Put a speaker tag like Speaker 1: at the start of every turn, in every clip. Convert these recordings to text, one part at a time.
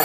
Speaker 1: ก๊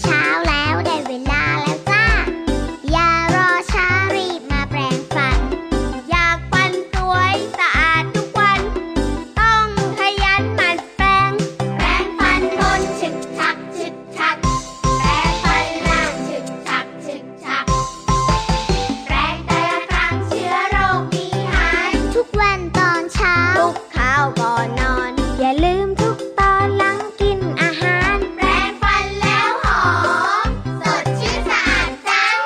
Speaker 1: เช้าแล้วได้เวลาแล้วจ้า อย่ารอช้ารีบมาแปรงฟัน อยากฟันสวยสะอาดทุกวัน ต้องขยันหมั่นแปรง แปรงฟันบนฉึกฉักฉึกฉัก แปรงฟันล่างฉึกฉักฉึกฉัก แปรงแต่ละครั้งเชื้อโรคมีหาย ทุกวันตอนเช้า ทุกข้าวก่อนนอน อย่าลืมทุกตอนหลังกินอาหาร แปรงฟันแล้วหอม สดชื่นสะอาดจัง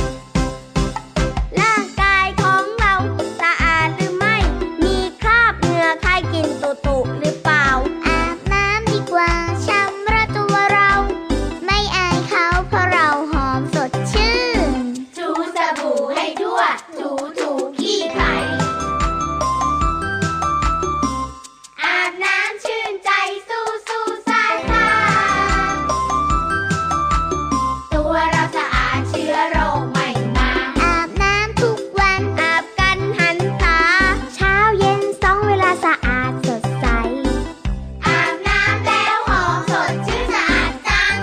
Speaker 1: ร่างกายของเราสะอาดหรือไม่ มีคราบเหงื่อใครกินตุตุหรือเปล่า อาบน้ำดีกว่าชำระตัวเรา ไม่อายเขาเพราะเราหอมสดชื่น
Speaker 2: ถูสบู่ให้ทั่ว ถูถูขี้ไข่
Speaker 1: อาบน้ำชื่นใจสู้สู้ซ่าซ่า
Speaker 2: ตัวเราสะอาดเชื้อโรคไม่มา
Speaker 1: อาบน้ำทุกวันอาบกันหันษาเช้าเย็นสองเวลาสะอาดสดใส
Speaker 2: อาบน้ำแล้วหอมสดชื่นสะอาดจัง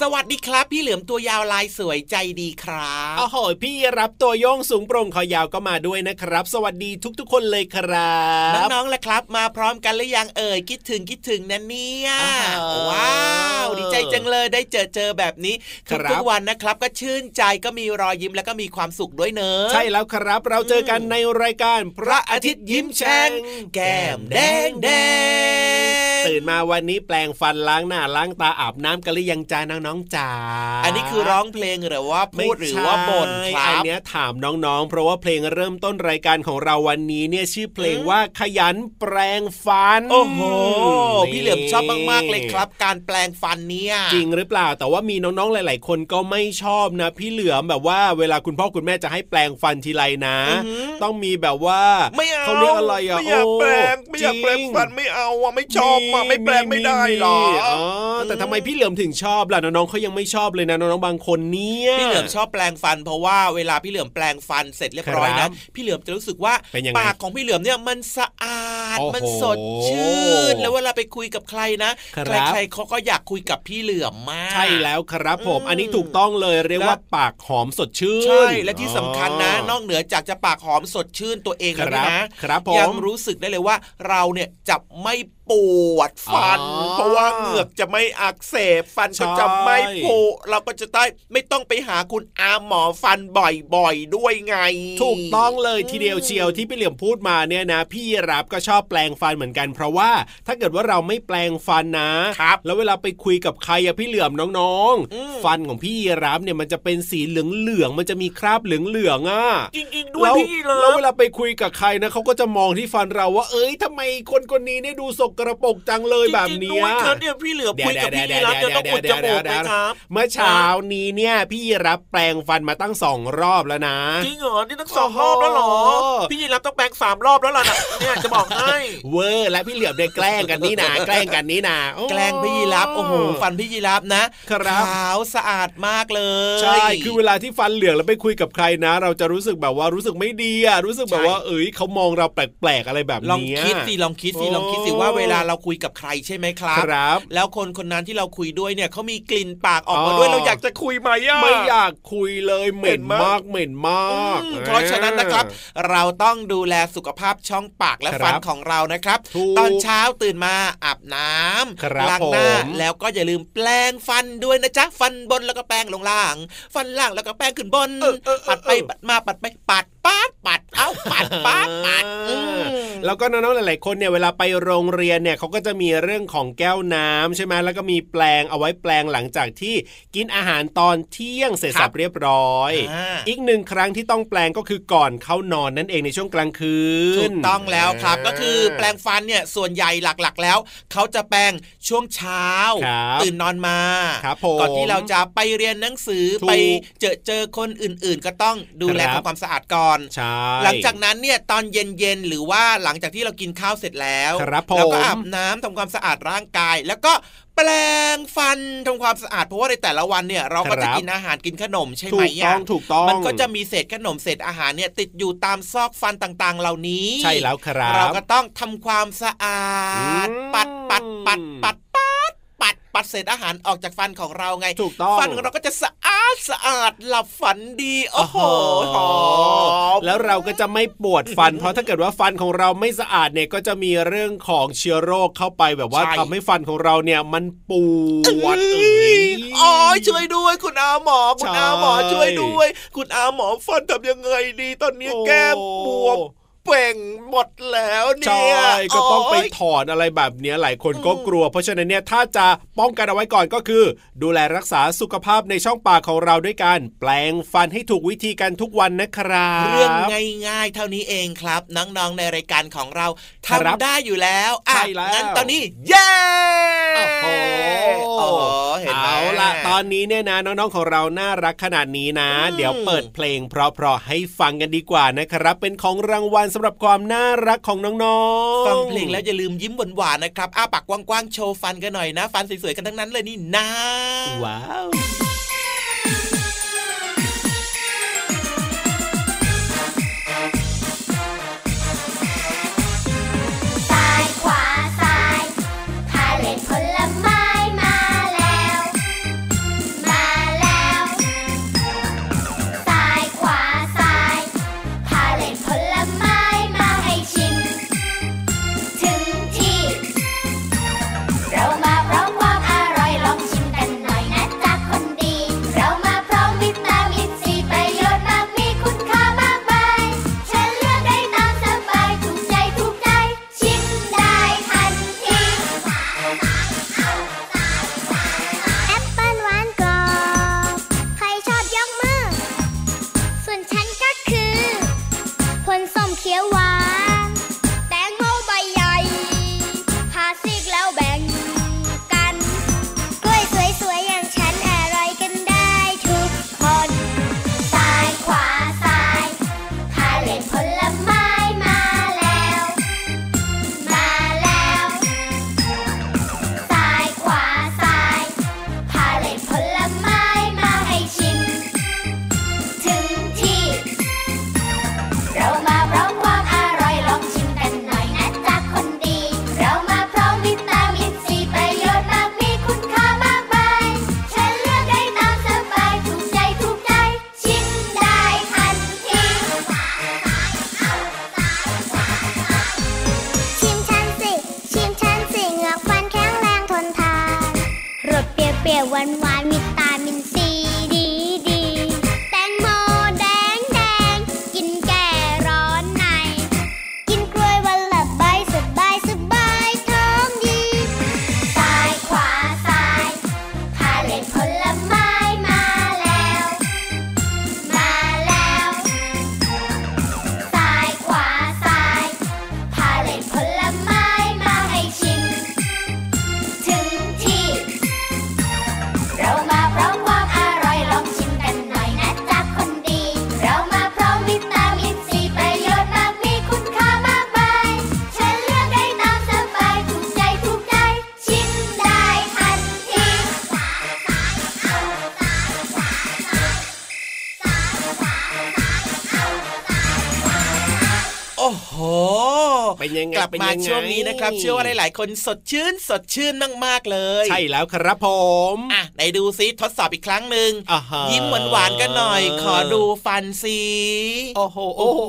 Speaker 3: สวัสดีครับ พี่เหลือมตัวยาวลายสวยใจดีครับ
Speaker 4: โอ้โหพี่รับตัวโยงสูงโปร่งคอยาวก็มาด้วยนะครับ สวัสดีทุกๆ คนเลยครับ
Speaker 3: น้องๆล่ะครับ มาพร้อมกันหรือยังเอ่ยคิดถึงคิดถึงนะเนี่ย
Speaker 4: อ้าว
Speaker 3: ว้าว ดีใจจังเลยได้เจอเจอแบบนี้
Speaker 4: ครับ
Speaker 3: ทุกๆวันนะครับ ก็ชื่นใจก็มีรอยยิ้มแล้วก็มีความสุขด้วยเนอะ
Speaker 4: ใช่แล้วครับ เราเจอกันในรายการพ
Speaker 3: พ
Speaker 4: ระ
Speaker 3: ระ
Speaker 4: อา
Speaker 3: อา
Speaker 4: ทิ
Speaker 3: ทิ
Speaker 4: ต
Speaker 3: ต
Speaker 4: ย์
Speaker 3: ย์
Speaker 4: ยิ้
Speaker 3: ยิ้
Speaker 4: ม
Speaker 3: ม
Speaker 4: แฉ่
Speaker 3: แฉ่
Speaker 4: ง
Speaker 3: งแก้มแดงแดง
Speaker 4: ตื่นมาวันนี้แปลงฟันล้างหน้าล้างตาอาบน้ำกันหรือยังจ้าน้องๆจ๋า
Speaker 3: อันนี้คือร้องเพลงหรือว่า
Speaker 4: ไม่
Speaker 3: พูดหรือว่าบ่นครั
Speaker 4: ใช่อัน
Speaker 3: บ
Speaker 4: เนี้ยถามน้องๆ เพราะว่าเพลงเริ่มต้นรายการของเราวันนี้เนี่ยชื่อเพลงว่าขยันแปลงฟัน
Speaker 3: โอ้โห
Speaker 4: นี่
Speaker 3: พี่เหลือมชอบมากๆเลยครับ การแปลงฟันเนี่ย
Speaker 4: จริงหรือเปล่าแต่ว่ามีน้องๆหลาย ๆ คนก็ไม่ชอบนะ พี่เหลือมแบบว่าเวลาคุณพ่อคุณแม่จะให้แปลงฟันทีไรนะ
Speaker 3: อือหือ
Speaker 4: ต้องมีแบบว่า
Speaker 3: ไม่เอา
Speaker 4: เรียกอะไรอ่ะ
Speaker 3: ไม่อยากแปลง
Speaker 4: โ
Speaker 3: ไม่อยากแปลง
Speaker 4: จริ
Speaker 3: ฟันไม่เอาอ่ะไม่ชอบอ่ะไม่แปลงไม่ได้หรอ
Speaker 4: มีมีอ๋อแต่ทำไมพี่เหลือมถึงชอบล่ะน้องๆเขายังไม่ชอบเลยนะน้องๆบางคนเนี่ย
Speaker 3: พี่เหลือมชอบแปลงฟัน เพราะว่าเวลาพี่เหลือมแปลงฟันเสร็จเรียบร้อย
Speaker 4: ครั
Speaker 3: นะ
Speaker 4: บ
Speaker 3: พี่เหลือมจะรู้สึกว่า
Speaker 4: เป็นยังไง
Speaker 3: ปากของพี่เหลือมเนี่ยมันสะอาด
Speaker 4: โอ้โห
Speaker 3: มันสดชื่นแล้วเวลาไปคุยกับใครนะครับ ใครๆเขาก็อยากคุยกับพี่เหลือมมาก
Speaker 4: ใช่แล้วครับผม
Speaker 3: อืม
Speaker 4: อันนี้ถูกต้องเลยเรียก
Speaker 3: และ
Speaker 4: ว่าปากหอมสดชื่น
Speaker 3: ใช่และที่สำคัญนะ
Speaker 4: อ
Speaker 3: นอกเหนือจากจะปากหอมสดชื่นตัวเองแล้วเนี่ยนะครับ
Speaker 4: ผม
Speaker 3: ยังรู้สึกได้เลยว่า เราเนี่ยจะไม่ปวดฟัน
Speaker 4: อ๋อ
Speaker 3: เพราะว่าเหงือกจะไม่อักเสบฟัน
Speaker 4: ใช่
Speaker 3: ก็จะไม่ผุเราก็จะได้ไม่ต้องไปหาคุณอาหมอฟันบ่อยๆด้วยไง
Speaker 4: ถูกต้องเลยทีเดียวเชียวที่พี่เหลี่ยมพูดมาเนี่ยนะ พี่รับก็ชอบแปลงฟันเหมือนกัน เพราะว่าถ้าเกิดว่าเราไม่แปลงฟันนะครับ แล้วเวลาไปคุยกับใครอะพี่เหลี่ยมน้อง
Speaker 3: อืม
Speaker 4: ฟันของพี่รับเนี่ยมันจะเป็นสีเหลืองเหลืองๆมันจะมีคราบเหลืองเหลืองๆอะ
Speaker 3: จริงๆด้วย
Speaker 4: แล้ว
Speaker 3: พี่เล
Speaker 4: แล้ว
Speaker 3: ย
Speaker 4: เวลาไปคุยกับใครนะเขาก็จะมองที่ฟันเราว่า เอ้ยทำไมคนคนนี้เนี่ยดูสกระปรกจังเลยแบบเนี้
Speaker 3: จริงๆด้วย
Speaker 4: ย
Speaker 3: ครับเนี่ยพี่เหลือคุยกับพี่ยีรับจะต้องอุดจมูกไหมครับ
Speaker 4: เมื่อเช้านี้เนี่ย พี่รับแปลงฟันมาตั้งสองรอบแล้วนะ
Speaker 3: จริงเหรอนี่ตั้งสองรอบแล้วเหรอ
Speaker 4: โอ้โห
Speaker 3: พี่ยีรับต้องแปลงสามรอบแล้วล่ะนะเนี่ยจะบอกให้
Speaker 4: เวอร์และพี่เหลือบได้แกล้งกันนี่นา แกล้งกันนี่นาโอ้
Speaker 3: แกล้งพี่ยีรับโอ้โหฟันพี่ยีรับนะครับ ขาวสะอาดมากเลย
Speaker 4: ใช่ คือเวลาที่ฟันเหลืองแล้วไปคุยกับใครนะ เราจะรู้สึกแบบว่ารู้สึกไม่ดีอะรู้สึกแบบว่า เอ้ยเขามองเราแปลกๆอะไรแบบ
Speaker 3: ลอง
Speaker 4: เนี้ย
Speaker 3: คิดสิลองคิดสิ
Speaker 4: โอ้
Speaker 3: ลองคิดสิว่าเวลาเราคุยกับใครใช่ไหมครับ
Speaker 4: ครับ
Speaker 3: แล้วคนคนนั้นที่เราคุยด้วยเนี่ยเขามีกลิ่นปากออก
Speaker 4: อ๋
Speaker 3: มา
Speaker 4: อ
Speaker 3: ด้วยเราอยากจะคุยไหมอ่ะ
Speaker 4: ไม่อยากคุยเลยเหม็นมากเหม็นมาก
Speaker 3: อืมเพราะฉะนั้นนะครับ เราต้องดูแลสุขภาพช่องปากและ
Speaker 4: ครับ
Speaker 3: ฟันของเรานะครับ
Speaker 4: ถูก
Speaker 3: ตอนเช้าตื่นมาอาบน้ำ
Speaker 4: ครับ
Speaker 3: ล้างหน้า
Speaker 4: ผม
Speaker 3: แล้วก็อย่าลืมแปลงฟันด้วยนะจ๊ะฟันบนแล้วก็แปรงลงล่าง ฟันล่างแล้วก็แปรงขึ้นบนปัดไปปัดมาปัดไปปัดปัดปัดเอ้าปัดปัดปัดอืม
Speaker 4: แล้วก็น้องๆหลายๆคนเนี่ยเวลาไปโรงเรียนเนี่ยเขาก็จะมีเรื่องของแก้วน้ำใช่ไหมแล้วก็มีแปลงเอาไว้แปลงหลังจากที่กินอาหารตอนเที่ยงเสร็จสับเรียบร้อย
Speaker 3: อ่า
Speaker 4: อีกหนึ่งครั้งที่ต้องแปลงก็คือก่อนเข้านอนนั่นเองในช่วงกลางคืน
Speaker 3: ถูกต้องแล้วครับก็คือแปลงฟันเนี่ยส่วนใหญ่หลักๆ แล้ว เขาจะแปลงช่วงเช้า
Speaker 4: ครับ
Speaker 3: ตื่นนอนมา
Speaker 4: ครับผม
Speaker 3: ก่อนที่เราจะไปเรียนหนังสือ
Speaker 4: ถูก
Speaker 3: ไปเจอเจอคนอื่นๆ ก็ต้องดูแล
Speaker 4: ครับ
Speaker 3: ทำความสะอาดก่อน
Speaker 4: ใช่
Speaker 3: หลังจากนั้นเนี่ยตอนเย็นๆหรือว่าหลังจากที่เรากินข้าวเสร็จแล้ว
Speaker 4: ครับผม
Speaker 3: แล้วก็อาบน้ำทำความสะอาดร่างกาย แล้วก็แปลงฟันทำความสะอาดเพราะว่าในแต่ละวันเนี่ยเราก็จะกินอาหารกินขนมใช่ไห
Speaker 4: ถู
Speaker 3: ม
Speaker 4: ก
Speaker 3: อะ
Speaker 4: ต้องถูกต้อง
Speaker 3: มันก็จะมีเศษขนมเศษอาหารเนี่ยติดอยู่ตามซอกฟันต่างๆ เหล่านี้
Speaker 4: ใช่แล้วครับ
Speaker 3: เราก็ต้องทำความสะอาด
Speaker 4: อืม
Speaker 3: ปัดปัดปัดปัดปัดปัดปัดเศษอาหารออกจากฟันของเราไง
Speaker 4: ถูกต้อง
Speaker 3: ฟันของเราก็จะสะอาดสะอาดหลับฝันดีโอ้โหหอม
Speaker 4: แล้วเราก็จะไม่ปวดฟัน เพราะถ้าเกิดว่าฟันของเราไม่สะอาดเนี่ยก็จะมีเรื่องของเชื้อโรคเข้าไปแบบว่า
Speaker 3: ใช่
Speaker 4: ทำให้ฟันของเราเนี่ยมันปวดเอ้ย
Speaker 3: อ๋อช่วยด้วยคุณอาหมอ คุณอาหมอ
Speaker 4: ใช่
Speaker 3: ช่วยด้วย คุณอาหมอฟันทำยังไงดี ตอนนี้แก้มบวมเป่งหมดแล้ว
Speaker 4: ใช่
Speaker 3: เนี่ย
Speaker 4: ก็ต้องไป
Speaker 3: โย
Speaker 4: ถอนอะไรแบบเนี้ยหลายคนก็กลัว เพราะฉะนั้นเนี่ยถ้าจะป้องกันเอาไว้ก่อนก็คือ ดูแลรักษาสุขภาพในช่องปากของเราด้วยการแปลงฟันให้ถูกวิธีกันทุกวันนะครับ
Speaker 3: เรื่องง่ายๆ เท่านี้เองครับ น้องๆในรายการของเรา
Speaker 4: ครับ
Speaker 3: ทำได้อยู่แล้วอ่ะ
Speaker 4: ใช่แล้ว
Speaker 3: งั้นตอนนี้เย้
Speaker 4: โอ้โห
Speaker 3: โอ้โหเห็นไหม
Speaker 4: เอาล่ะตอนนี้เนี่ยนะน้องๆของเราน่ารักขนาดนี้นะ
Speaker 3: อืม
Speaker 4: เดี๋ยวเปิดเพลงเพราะๆให้ฟังกันดีกว่านะครับ เป็นของรางวัลสำหรับความน่ารักของน้องๆ
Speaker 3: ฟังเพลงแล้วอย่าลืมยิ้มหวานๆนะครับอ้าปากกว้างๆโชว์ฟันกันหน่อยนะ ฟันสวยๆกันทั้งนั้นเลยนี่นะ
Speaker 4: ว้าว
Speaker 2: ซ้ายขวาซ้ายพาเล่นผลไม้มาแล้ว มาแล้วซ้ายขวาซ้ายพาเล่นผลไม้มาให้ชิม ถึงที่ เรามาพร้อมความอร่อยลองชิมกันหน่อยนะจ๊ะคนดี เรามาพร้อมวิตามินซีประโยชน์มากมีคุณค่ามากมายฉันเลือกได้ตามสบายถูกใจถูกใจ ชิมได้ทันที
Speaker 1: แอปเปิ้ลหวานกรอบใครชอบยกมือ ส่วนฉันก็คือผลส้มเขียวหวาน แตงโมใบใหญ่พาซีกแล้วแบ่งกัน กล้วยสวยๆ อย่างฉันอร่อยกันได้ทุกคน
Speaker 2: ซ้ายขวาซ้ายพาเล่นผลไม้มาแล้ว มาแล้วซ้ายขวาซ้ายพาเล่นผลไม้มาให้ชิม ถึงที่ เรามาพร้อมความอร่อยลองชิมกันหน่อยนะจ๊ะคนดี เรามาพร้อมวิตามินซีประโยชน์มากมีคุณค่ามากมายฉันเลือกได้ตามสบายถูกใจถูกใจ ชิมได้ทันที
Speaker 1: ชิมฉันสิ ชิมฉันสิเหงือกฟันแข็งแรงทนทานรสเปรี้ยวๆหวานหวานๆวิตามินซีดีดีๆแตงโมแดงแดงๆกินแก่ร้อนใน กินกล้วยวันละใบสบายสบายท้องดี
Speaker 2: ซ้ายขวาซ้ายพาเล่นผลไม้มาแล้ว มาแล้วซ้ายขวาซ้ายพาเล่นผลไม้มาให้ชิม ถึงที่ เรามาพร้อมความอร่อยลองชิมกันหน่อยนะจ๊ะคนดี เรามาพร้อมวิตามินซีประโยชน์มากมีคุณค่ามากมายฉันเลือกได้ตามสบายถูกใจถูกใจ ชิมได้ทันที
Speaker 3: โอ้โห
Speaker 4: เป็นยังไง
Speaker 3: กลับ
Speaker 4: เป็
Speaker 3: มา
Speaker 4: ยังไง
Speaker 3: ช่วงนี้นะครับ เชื่อว่าหลาย ๆ คนสดชื่นสดชื่นมากๆเลย
Speaker 4: ใช่แล้วครับผม
Speaker 3: อ่ะไหนดูซิทดสอบอีกครั้งหนึ่ง
Speaker 4: อ่าฮะ
Speaker 3: ยิ้มหวานๆกันหน่อย ขอดูฟันสิ
Speaker 4: โอ้โห
Speaker 3: โอ้โห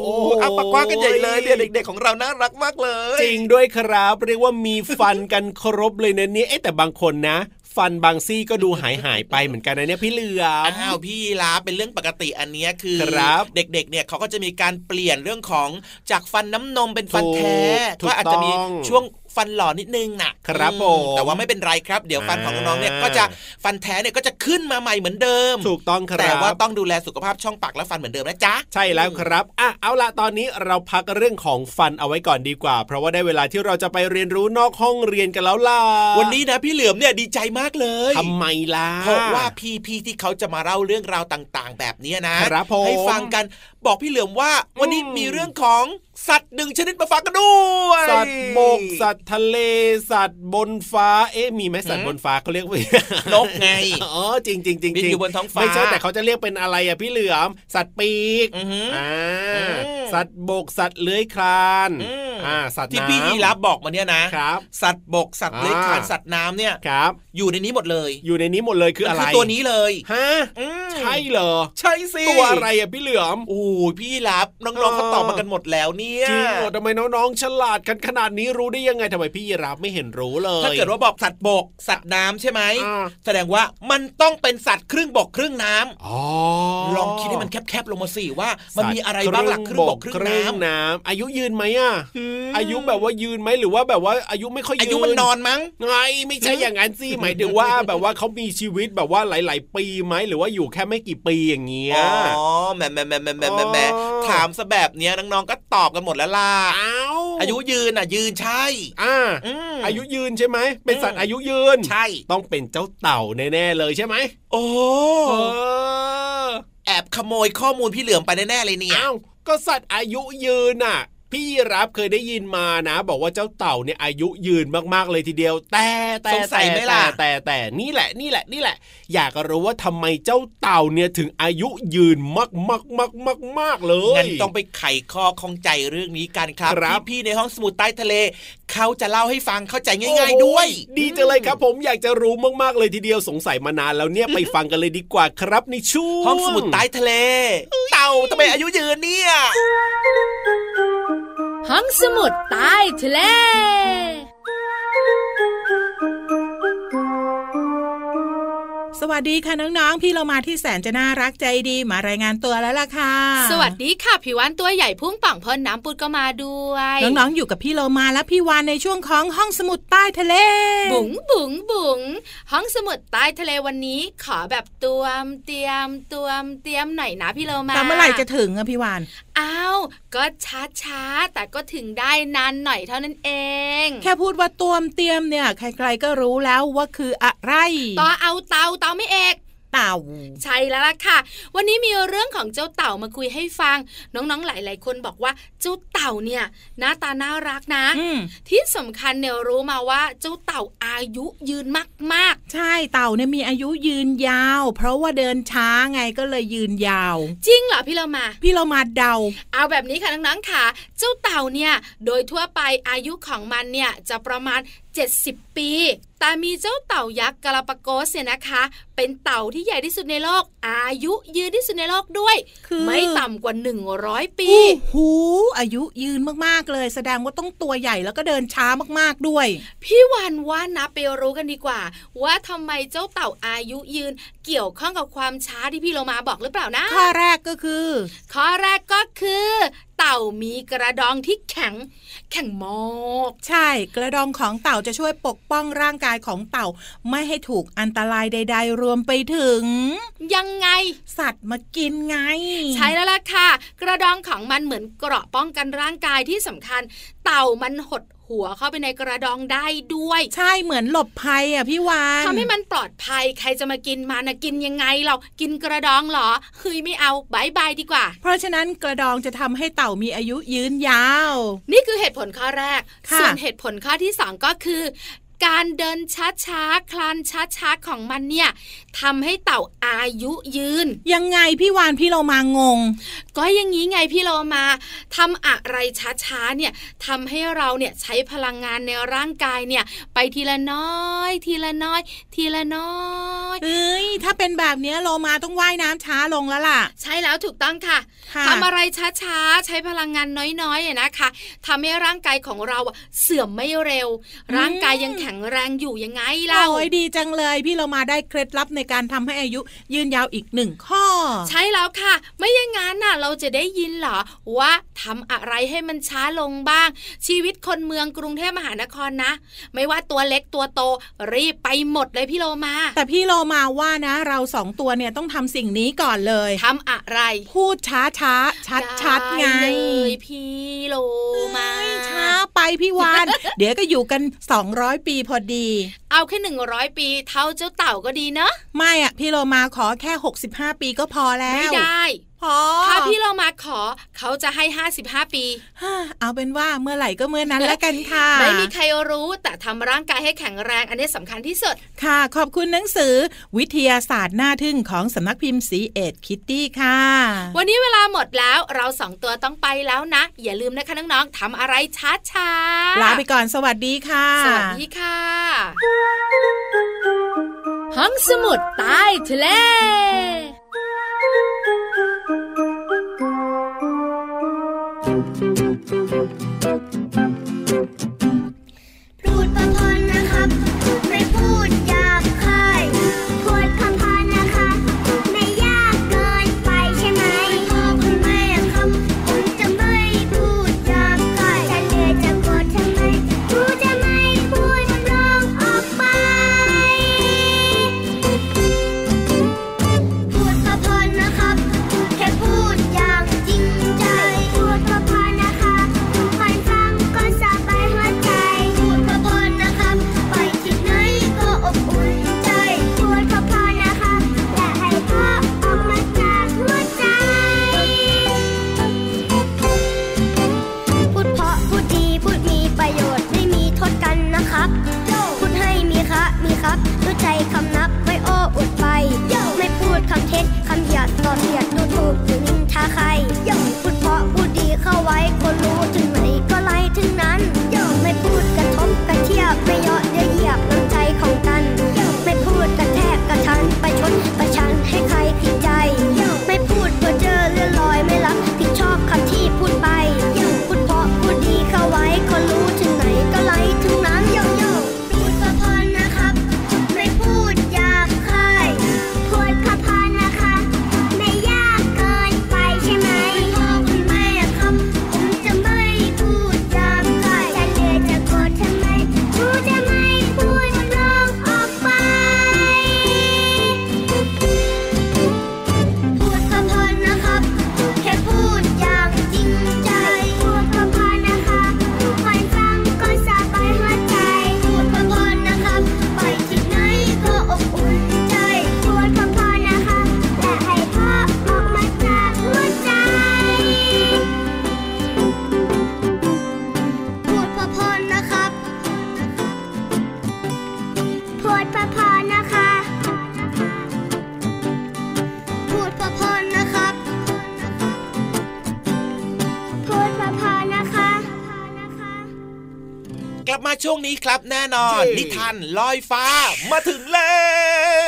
Speaker 3: เอาปากกว้างกันใหญ่เลยเนี่ยเด็ก ๆ ของเราน่ารักมากเลย
Speaker 4: จริงด้วยครับ เรียกว่ามีฟันกันครบเลยนะเนี่ยเอ๊ะแต่บางคนนะ ฟันบางซี่ก็ดูหายหายๆไปเหมือนกันนะเนี่ยพี่เหลือม
Speaker 3: อ้าวพี่ลาเป็นเรื่องปกติอันเนี้ยคือ
Speaker 4: ครับ
Speaker 3: เด็กๆ เนี่ยเขาก็จะมีการเปลี่ยนเรื่องของจากฟันน้ำนมเป็นฟันแท้
Speaker 4: ถูกถู
Speaker 3: ก็
Speaker 4: ก
Speaker 3: อาจจะมี
Speaker 4: ต้อง
Speaker 3: ช่วงฟันหล่อนิดนึงน่ะ
Speaker 4: ครับ
Speaker 3: อื
Speaker 4: ผม
Speaker 3: แต่ว่าไม่เป็นไรครับ เดี๋ยวฟันของน้องๆเนี่ย
Speaker 4: อ่า
Speaker 3: ก็จะฟันแท้เนี่ยก็จะขึ้นมาใหม่เหมือนเดิม
Speaker 4: ถูกต้องครับ
Speaker 3: แต่ว่าต้องดูแลสุขภาพช่องปากและฟันเหมือนเดิมนะจ๊ะ
Speaker 4: ใช่แล้วครับอ่ะเอาละตอนนี้เราพักเรื่องของฟันเอาไว้ก่อนดีกว่า เพราะว่าได้เวลาที่เราจะไปเรียนรู้นอกห้องเรียนกันแล้วล่ะ
Speaker 3: วันนี้นะพี่เหลือมเนี่ยดีใจมากเลย
Speaker 4: ทำไมล่ะ
Speaker 3: เพราะว่าพี่พี่ที่เขาจะมาเล่าเรื่องราวต่าง ๆ แบบเนี้ยนะครับ
Speaker 4: ผม
Speaker 3: ให้ฟังกันบอกพี่เหลือมว่า วันนี้
Speaker 4: อืม
Speaker 3: มีเรื่องของสัตว์หนึ่งชนิดมาฟังกันด้วย
Speaker 4: สัตว์บกสัตว์ทะเลสัตว์บนฟ้า เอ๊ะมีไหมสัตว์บนฟ้าเขาเรียกว่าน
Speaker 3: กไง
Speaker 4: อ๋อจริงจริงจริง
Speaker 3: บินอยู่บนท้องฟ้า
Speaker 4: ไม่ใช่แต่เขาจะเรียกเป็นอะไรอ่ะพี่เหลือม สัตว์ปีก
Speaker 3: อือหืออ่
Speaker 4: า
Speaker 3: อืม
Speaker 4: สัตว์บกสัตว์เลื้อยคลาน
Speaker 3: อืม
Speaker 4: อ่าสัตว์
Speaker 3: ที่
Speaker 4: น้ำ
Speaker 3: พี่ยีรับบอกมาเนี่ยนะ
Speaker 4: ครับ
Speaker 3: สัตว์บกสัตว์
Speaker 4: อ่า
Speaker 3: เลื้อยคลานสัตว์น้ำเนี่ย
Speaker 4: ครับ
Speaker 3: อยู่ในนี้หมดเลย
Speaker 4: อยู่ในนี้หมดเลยคืออะไร
Speaker 3: มันตัวนี้เลย
Speaker 4: ฮะ
Speaker 3: อืม
Speaker 4: ใช่เหรอ
Speaker 3: ใช่สิ
Speaker 4: ตัวอะไรอ่ะพี่เหลือม
Speaker 3: โอ้ยพี่รับน้องๆเขาตอบมากันหมดแล้วเนี่ย
Speaker 4: จริงเหรอทำไมน้องๆฉลาดกันขนาดนี้รู้ได้ยังไงทำไมพี่ยีรับไม่เห็นรู้เลย
Speaker 3: ถ้าเกิดว่าบอกสัตว์บก สัตว์น้ำใช่ไหม
Speaker 4: อ่า
Speaker 3: แสดงว่ามันต้องเป็นสัตว์ครึ่งบกครึ่งน้ำ
Speaker 4: อ๋อ
Speaker 3: ลองคิดให้มันแคบๆลงมาสิว่า มันมีอะไรบ้างหลักครึ่งบกครึ่งน้ำ
Speaker 4: น้ำอายุยืนไหมอ่ะ
Speaker 3: อืม
Speaker 4: อายุแบบว่ายืนไหมหรือว่าแบบว่าอายุไม่ค่อยยืน
Speaker 3: อายุมันนอนมั้ง
Speaker 4: ไงไม่ใช่อย่างนั้นสิหมายถึงว่า แบบว่าเขามีชีวิตแบบว่าหลาย ๆ ปีไหมหรือว่าอยู่แค่ไม่กี่ปีอย่างเงี้ย
Speaker 3: อ๋อแหมแหมแหมแหมแหมแหม่แหม
Speaker 4: อ๋อ
Speaker 3: ถามซะแบบเนี้ยน้องๆก็ตอบกันหมดแล้วล่ะ
Speaker 4: อ้าว
Speaker 3: อายุยืนอ่ะ ยืนใช่
Speaker 4: อ่า
Speaker 3: อืม
Speaker 4: อายุยืนใช่ไหมเป็นสัต
Speaker 3: อื
Speaker 4: ว์
Speaker 3: ม
Speaker 4: อายุยืน
Speaker 3: ใช่
Speaker 4: ต้องเป็นเจ้าเต่าแน่ๆเลยใช่ไหม
Speaker 3: โอ้
Speaker 4: เออ
Speaker 3: แอบขโมยข้อมูลพี่เหลือมไปแน่ๆเลยเนี่ย
Speaker 4: อ้าวก็สัตว์อายุยืนน่ะ พี่รับเคยได้ยินมานะ บอกว่าเจ้าเต่าเนี่ยอายุยืนมากๆเลยทีเดียว แต่แต่
Speaker 3: สงสัยไหม
Speaker 4: แต่
Speaker 3: ล่ะ
Speaker 4: แต่แต่แต่นี่แหละนี่แหละนี่แหละ อยากรู้ว่าทำไมเจ้าเต่าเนี่ยถึงอายุยืนมากมากมากมากมากๆเลย
Speaker 3: งั้นต้องไปไขข้อข้องใจเรื่องนี้กันครับ
Speaker 4: ครับ
Speaker 3: พี่ๆในห้องสมุดใต้ทะเล เขาจะเล่าให้ฟังเข้าใจง่าย ๆ ด้วย
Speaker 4: โอ้โหดีจังเลยครับ ผมอยากจะรู้มากๆเลยทีเดียวสงสัยมานานแล้วเนี่ยไปฟังกันเลยดีกว่าครับในช่วง
Speaker 3: ห้องสมุดใต้ทะเล เต่าทำไมอายุยืนเนี่ย
Speaker 5: ห้องสมุดใต้ทะเล
Speaker 6: สวัสดีค่ะน้องๆ พี่เรามาที่แสนจะน่ารักใจดีมารายงานตัวแล้วล่ะค่ะ
Speaker 5: สวัสดีค่ะผิววันตัวใหญ่พุ่งป่องพ่นน้ำปุดก็มาด้วย
Speaker 6: น้องๆ อยู่กับพี่เรามาและพี่วานในช่วงของห้องสมุดใต้ทะเล
Speaker 5: บุ๋งบุ๋งบุ๋งห้องสมุดใต้ทะเลวันนี้ ขอแบบตวมเตรียมตวมเตรียมหน่อยนะพี่เรามา
Speaker 6: แต่เมื่อไหร่จะถึงอะพี่วาน
Speaker 5: อ้าวก็ช้าช้าๆแต่ก็ถึงได้นานหน่อยเท่านั้นเอง
Speaker 6: แค่พูดว่าตวมเตรียมเนี่ย ใครๆ ก็รู้แล้วว่าคืออะไร
Speaker 5: ต่อเอาเตาเตาไม่เอก
Speaker 6: เต่า
Speaker 5: ใช่แล้วล่ะค่ะ วันนี้มีเรื่องของเจ้าเต่ามาคุยให้ฟัง น้องๆ หลาย ๆ คนบอกว่าเจ้าเต่าเนี่ยหน้าตาน่ารักนะ
Speaker 6: อืม
Speaker 5: ที่สำคัญเนี่ยรู้มาว่าเจ้าเต่าอายุยืนมาก
Speaker 6: ใช่เต่าเนี่ยมีอายุยืนยาว เพราะว่าเดินช้าไงก็เลยยืนยาว
Speaker 5: ๆ จริงเหรอพี่เรามา
Speaker 6: พี่เรามาเดา
Speaker 5: เอาแบบนี้ค่ะน้องๆค่ะ เจ้าเต่าเนี่ยโดยทั่วไปอายุของมันเนี่ยจะประมาณ 70 ปี แต่มีเจ้าเต่ายักษ์กาลาปากอสเนี่ยนะคะ เป็นเต่าที่ใหญ่ที่สุดในโลก อายุยืนที่สุดในโลกด้วย
Speaker 6: คือ
Speaker 5: ไม่ต่ำกว่า 100 ปี
Speaker 6: โอ้โหูอายุยืนมากๆเลย แสดงว่าต้องตัวใหญ่แล้วก็เดินช้ามากๆด้วย
Speaker 5: พี่วันว่านะไปรู้กันดีกว่า ว่าทำไมเจ้าเต่าอายุยืน เกี่ยวข้องกับความช้าที่พี่โลมาบอกหรือเปล่านะ
Speaker 6: ข้อแรกก็คือ
Speaker 5: ข้อแรกก็คือ เต่ามีกระดองที่แข็ง แข็งมาก
Speaker 6: ใช่กระดองของเต่าจะช่วยปกป้องร่างกายของเต่า ไม่ให้ถูกอันตรายใด ๆ รวมไปถึง
Speaker 5: ยังไง
Speaker 6: สัตว์มากินไง
Speaker 5: ใช่แล้วล่ะค่ะ กระดองของมันเหมือนเกราะป้องกันร่างกายที่สำคัญ เต่ามันหดหัวเข้าไปในกระดองได้ด้วย
Speaker 6: ใช่เหมือนหลบภัยอ่ะพี่วาน
Speaker 5: ทำให้มันปลอดภัยใครจะมากินมันนะกินยังไงเรากินกระดองเหรอเฮ้ยไม่เอาบายบายดีกว่า
Speaker 6: เพราะฉะนั้นกระดองจะทำให้เต่ามีอายุยืนยาว
Speaker 5: นี่คือเหตุผลข้อแรก
Speaker 6: ค่ะ
Speaker 5: ส่วนเหตุผลข้อที่ 2 ก็คือ การเดินช้าๆ คลานช้าๆ ของมันเนี่ยทำให้เต่าอายุยืน
Speaker 6: ยังไงพี่วานพี่เรามางง
Speaker 5: ก็อย่างนี้ไงพี่โลมาทำอะไรช้าๆ เนี่ยทำให้เราเนี่ยใช้พลังงานในร่างกายเนี่ยไปทีละน้อย ทีละน้อย ทีละน้อย
Speaker 6: เอ้ยถ้าเป็นแบบเนี้ยโลมาต้องว่ายน้ำช้าลงแล้วล่ะ
Speaker 5: ใช่แล้วถูกต้องค่ะ
Speaker 6: ค่ะ
Speaker 5: ทำอะไรช้าๆ ใช้พลังงานน้อยๆอะนะคะทำให้ร่างกายของเราอะเสื่อมไม่เร็ว ร่างกายยังแข็ง ข็งแรงอยู่ยังไงเล่า
Speaker 6: โอ้ยดีจังเลย พี่เรามาได้เคล็ดลับในการทำให้อายุยืนยาวอีกหนึ่งข้อ
Speaker 5: ใช่แล้วค่ะ ไม่อย่างงั้นน่ะเราจะได้ยินเหรอว่าทำอะไรให้มันช้าลงบ้าง ชีวิตคนเมืองกรุงเทพมหานครนะ ไม่ว่าตัวเล็กตัวโต รีบไปหมดเลยพี่โลมา
Speaker 6: แต่พี่โลมาว่านะ เราสองตัวเนี่ยต้องทำสิ่งนี้ก่อนเลย
Speaker 5: ทำอะไร
Speaker 6: พูดช้าช้าชัดชัดๆไง
Speaker 5: ด้เลยพี่โลมา
Speaker 6: เอ้ยช้าไปพี่วาน เดี๋ยวก็อยู่กัน 200 ปีพอดี
Speaker 5: เอาแค่หนึ่งร้อยปีเท่าเจ้าเต่าก็ดีเนอะ
Speaker 6: ไม่อะพี่โลมาขอแค่ 65 ปีก็พอแล้ว
Speaker 5: ไม่ได้
Speaker 6: พอ
Speaker 5: ถ้าพี่โลมาขอเขาจะให้ 55 ปี
Speaker 6: ฮ่าเอาเป็นว่าเมื่อไหร่ก็เมื่อนั้นแล้วกันค่ะ
Speaker 5: ไม่มีใครรู้แต่ทำร่างกายให้แข็งแรง อันนี้สำคัญที่สุด
Speaker 6: ค่ะ ขอบคุณหนังสือ วิทยาศาสตร์หน้าทึ่งของสำนักพิมพ์สีเอ็ดคิตตี้ค่ะ
Speaker 5: วันนี้เวลาหมดแล้วเราสองตัวต้องไปแล้วนะ อย่าลืมนะคะน้องๆทำอะไรช้าๆ
Speaker 6: ลาไปก่อนสวัสดีค่ะ
Speaker 5: สวัสดีค่ะ ห้องสมุดใต้ทะเล
Speaker 1: พูดประพนนะครับ ไม่พูดหยาบคายพูดคำพอนะคะ ไม่ยากเกินไปใช่ไหมพ่อคุณแม่ครับผมจะไม่พูดหยาบคายฉันเลยจะโกรธทำไมรู้จะไม่พูดร้องออกไป พูดประพนนะครับ แค่พูดอย่างจริงใจ พูดประพนนะคะคนฟังก็สบายหัวใจ พูดประพนนะครับ ไปที่ไหนก็อบอุ่นใจ พูดประพนนะคะและให้พ่อออกมาจากหัวใจ พูดเพราะพูดดีพูดมีประโยชน์ไม่มีโทษกันนะครับ พูดให้มีคะมีครับรู้ใจคำนับไม่โอ้อวดไป ไม่พูดคำเท็จคำเหยียดต่อเหยียดดูถูกหรือนินทาใคร พูดเพราะพูดดีเข้าไว้คนรู้ถึงไหนก็ไล่ถึงนั้น ไม่พูดกระทบกระเทียบไม่เยาะเย้ยเหยียบน้ำใจของกัน ไม่พูดกระแทกกระทันประชดประชันให้ใครผิดใจ ไม่พูดเพ้อเจ้อเลื่อนลอยไม่รับผิดชอบคำที่พูดไป พูดเพราะพูดดีเข้าไว้คนรู้ถึงไหนก็ไล่ถึงนั้นโยโย่พูดเพราะๆนะครับ ไม่พูดหยาบคายพูดเพราะๆนะคะ ไม่ยากเกินไปใช่ไหมพ่อคุณแม่ครับผมจะไม่พูดหยาบคายฉันเลยจะโกรธทำไมรู้จะไม่พูดร้องออกไป พูดคำเพลินนะครับ แค่พูดอย่างจริงใจ พูดคำเพลินนะคะคนฟังก็สบายหัวใจ พูดคำเพลินนะครับ ไปที่ไหนก็อบอุ่นใจ พูดคำเพลินนะคะและให้พ่อออกมาจากหัวใจ พูดเพลินนะครับ พูดเพลินนะคะ พูดพอๆนะครับ พูดพอๆนะคะ
Speaker 3: กลับมาช่วงนี้ครับแน่นอน
Speaker 4: เย้
Speaker 3: นิทานลอยฟ้ามาถึงแล้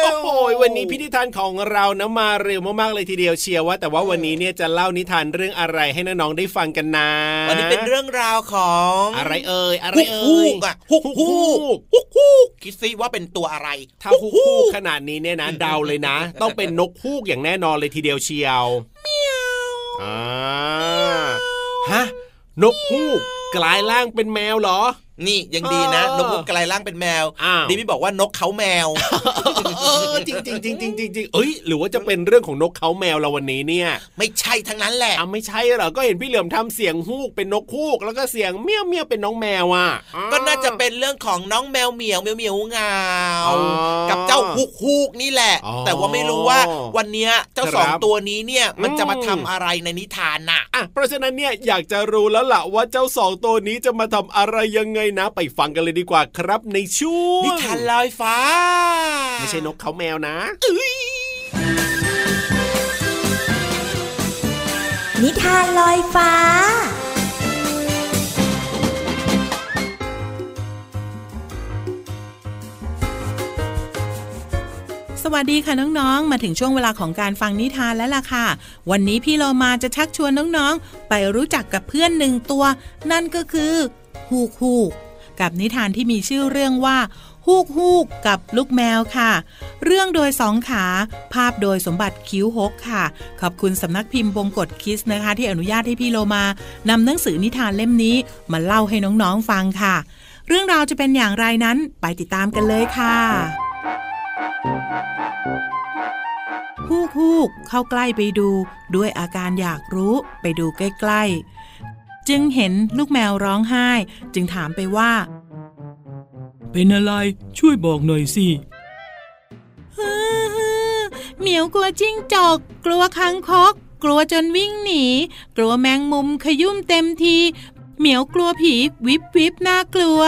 Speaker 3: ว
Speaker 4: โอ้โหวันนี้พิธีทานของเรานะมาเร็วมากๆเลยทีเดียวเชียวว่า แต่ว่าวันนี้เนี่ยจะเล่านิทานเรื่องอะไรให้น้องๆได้ฟังกันนะ
Speaker 3: วันนี้เป็นเรื่องราวของ
Speaker 4: อะไรเอ่ยอะไร
Speaker 3: ฮุก
Speaker 4: เอ่
Speaker 3: ฮู
Speaker 4: ย
Speaker 3: กอะฮุกฮูกฮุกฮูกคิดซิว่าเป็นตัวอะไร
Speaker 4: ถ้าฮุกฮูกขนาดนี้เนี่ยนะเดาเลยนะ ต้องเป็นนกฮูกอย่างแน่นอนเลยทีเดียวเชียวอ่าฮะนกฮูกกลายร่างเป็นแมวเหรอ
Speaker 3: นี่ยังดีนะ
Speaker 4: เออน
Speaker 3: กฮูกกลายร่างเป็นแมว
Speaker 4: อ้าว
Speaker 3: นี่พี่บอกว่านกเขาแมว
Speaker 4: เออจริงจริงจริงจริงจริงจริงเอ้ยหรือว่าจะเป็นเรื่องของนกเขาแมวเราวันนี้เนี่ย
Speaker 3: ไม่ใช่ทั้งนั้นแหละ
Speaker 4: อ่ะไม่ใช่เหรอก็เห็นพี่เหลือมทำเสียงฮูกเป็นนกฮูกแล้วก็เสียงเมี้ยวเมี้ยวเป็นน้องแมวอ่ะ
Speaker 3: ก็น่าจะเป็นเรื่องของน้องแมวเหมียวเหมียวเหมียวเหงา
Speaker 4: อ๋อ
Speaker 3: กับเจ้าฮุกฮุกนี่แหละ
Speaker 4: อ๋อ
Speaker 3: แต่ว่าไม่รู้ว่าวันเนี้ยเจ้า
Speaker 4: ค
Speaker 3: ส
Speaker 4: รับ
Speaker 3: องตัวนี้เนี่ยมันจะมา
Speaker 4: อืม
Speaker 3: ทำอะไรในนิทานน่ะ
Speaker 4: อ่ะเพราะฉะนั้นเนี่ยอยากจะรู้แล้วล่ะว่าเจ้าสองตัวนี้จะมาทำอะไรยังไงนะ ไปฟังกันเลยดีกว่าครับในช่วง
Speaker 3: นิทานลอยฟ้า
Speaker 4: ไม่ใช่นกเขาแมวนะ
Speaker 2: นิทานลอยฟ้า
Speaker 6: สวัสดีค่ะน้องๆ มาถึงช่วงเวลาของการฟังนิทานแล้วล่ะค่ะ วันนี้พี่เรามาจะชักชวนน้องๆ ไปรู้จักกับเพื่อนหนึ่งตัว นั่นก็คือฮูกฮูก กับนิทานที่มีชื่อเรื่องว่า ฮูกฮูกกับลูกแมวค่ะ เรื่องโดยสองขา ภาพโดยสมบัติคิ้วฮกค่ะ ขอบคุณสำนักพิมพ์บงกฎคิสนะคะ ที่อนุญาตให้พี่โลมานำหนังสือนิทานเล่มนี้มาเล่าให้น้องๆฟังค่ะ เรื่องราวจะเป็นอย่างไรนั้นไปติดตามกันเลยค่ะ ฮูกฮูกเข้าใกล้ไปดูด้วยอาการอยากรู้ไปดูใกล้ๆ จึงเห็นลูกแมวร้องไห้ จึงถามไปว่า
Speaker 7: เป็นอะไรช่วยบอกหน่อยสิ
Speaker 6: ฮือฮือเหมียวกลัวจิ้งจอกกลัวคางคกกลัวจนวิ่งหนี กลัวแมงมุมขยุ่มเต็มที เหมียวกลัวผีวิบวิบน่ากลัว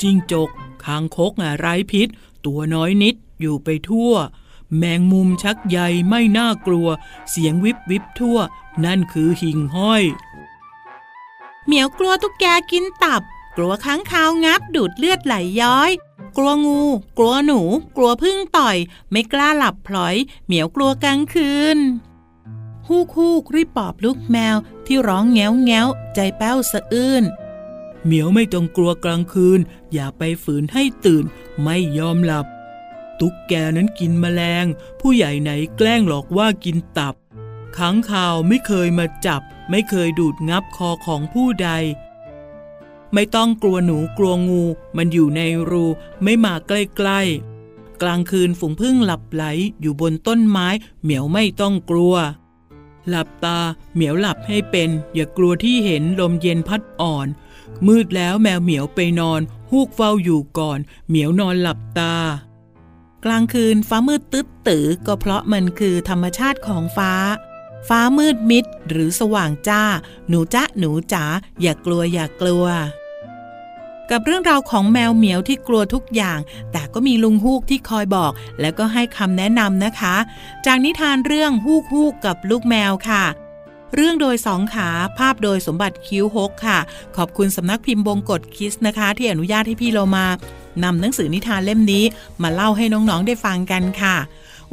Speaker 7: จิ้งจกคางคกอะไร้พิษ ตัวน้อยนิดอยู่ไปทั่ว แมงมุมชักใยไม่น่ากลัว เสียงวิบวิบทั่ว นั่นคือหิ่งห้อย
Speaker 6: เหมียวกลัวตุ๊กแกกินตับ กลัวค้างคาวงับดูดเลือดไหลย้อย กลัวงู กลัวหนู กลัวพึ่งต่อย ไม่กล้าหลับพลอย เหมียวกลัวกลางคืน ฮูกฮูกรีบปอบลูกแมวที่ร้องแง้วแง้วใจแป้วสะอื้น
Speaker 7: เหมียวไม่ต้องกลัวกลางคืน อย่าไปฝืนให้ตื่น ไม่ยอมหลับ ตุ๊กแกนั้นกินแมลง ผู้ใหญ่ไหนแกล้งหลอกว่ากินตับขังข่าวไม่เคยมาจับ ไม่เคยดูดงับคอของผู้ใด ไม่ต้องกลัวหนูกลัวงู มันอยู่ในรูไม่มาใกล้ๆ กลางคืนฝูงผึ้งหลับไหลอยู่บนต้นไม้ เหมียวไม่ต้องกลัว หลับตาเหมียวหลับให้เป็น อย่ากลัวที่เห็นลมเย็นพัดอ่อน มืดแล้วแมวเหมียวไปนอน ฮูกเฝ้าอยู่ก่อน เหมียวนอนหลับตา
Speaker 6: กลางคืนฟ้ามืดตึ๊บตือก็เพราะมันคือธรรมชาติของฟ้า ฟ้ามืดมิดหรือสว่างจ้า หนูจ๊ะหนูจ๋าอย่ากลัวอย่ากลัว กับเรื่องราวของแมวเหมียวที่กลัวทุกอย่าง แต่ก็มีลุงฮูกที่คอยบอก แล้วก็ให้คำแนะนำนะคะ จากนิทานเรื่องฮูกฮูกกับลูกแมวค่ะ เรื่องโดยสองขาภาพโดยสมบัติคิ้วฮกค่ะ ขอบคุณสำนักพิมพ์บงกฎคิสนะคะ ที่อนุญาตให้พี่เรามานำหนังสือนิทานเล่มนี้ มาเล่าให้น้องๆได้ฟังกันค่ะ ว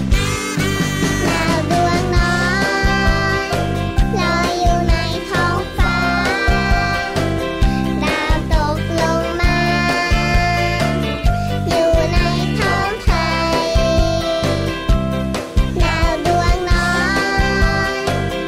Speaker 1: ดาวดวงน้อยลอยอยู่ในท้องฟ้า ดาวตกลงมา อยู่ในท้องไทยดาวดวงน้อย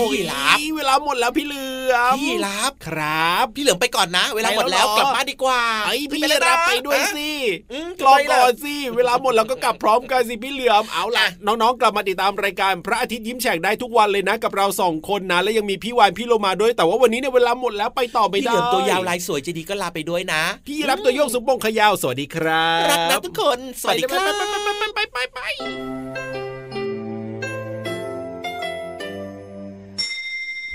Speaker 4: พี่
Speaker 3: พี่ยีราฟ
Speaker 4: พี่เวลาหมดแล้วพี่เหลือม
Speaker 3: พี่ยีราฟ
Speaker 4: ครับ
Speaker 3: พี่เหลือมไปก่อนนะ เวลาหมดแล้ว
Speaker 4: ไป
Speaker 3: ก
Speaker 4: แล้วเหรอ
Speaker 3: ลับบ้านดีกว่า
Speaker 4: ไอ้ยพี่
Speaker 3: ปเลยนะ
Speaker 4: รับไปด้วย
Speaker 3: อ่ะ
Speaker 4: สิ
Speaker 3: อืม
Speaker 4: รอ
Speaker 3: ไปละ
Speaker 4: ก่อนสิ เวลาหมดแล้วก็กลับพร้อมกันสิพี่เหลือม เอาล่ะ
Speaker 3: อ่ะ
Speaker 4: น้องๆ กลับมาติดตามรายการพระอาทิตย์ยิ้มแฉกได้ทุกวันเลยนะ กับเราสองคนนะ และยังมีพี่วานพี่โลมาด้วย แต่ว่าวันนี้เนี่ยเวลาหมดแล้วไปต่อไม่
Speaker 3: พี่
Speaker 4: ได้
Speaker 3: เหลือมตัวยาวลายสวยใจดีก็ลาไปด้วยนะ
Speaker 4: พี่รับตัวโยกสุงโปงขยาว สวัสดีครับ
Speaker 3: รักนะทุกคน สวัสดีครับ
Speaker 4: ไปไปไป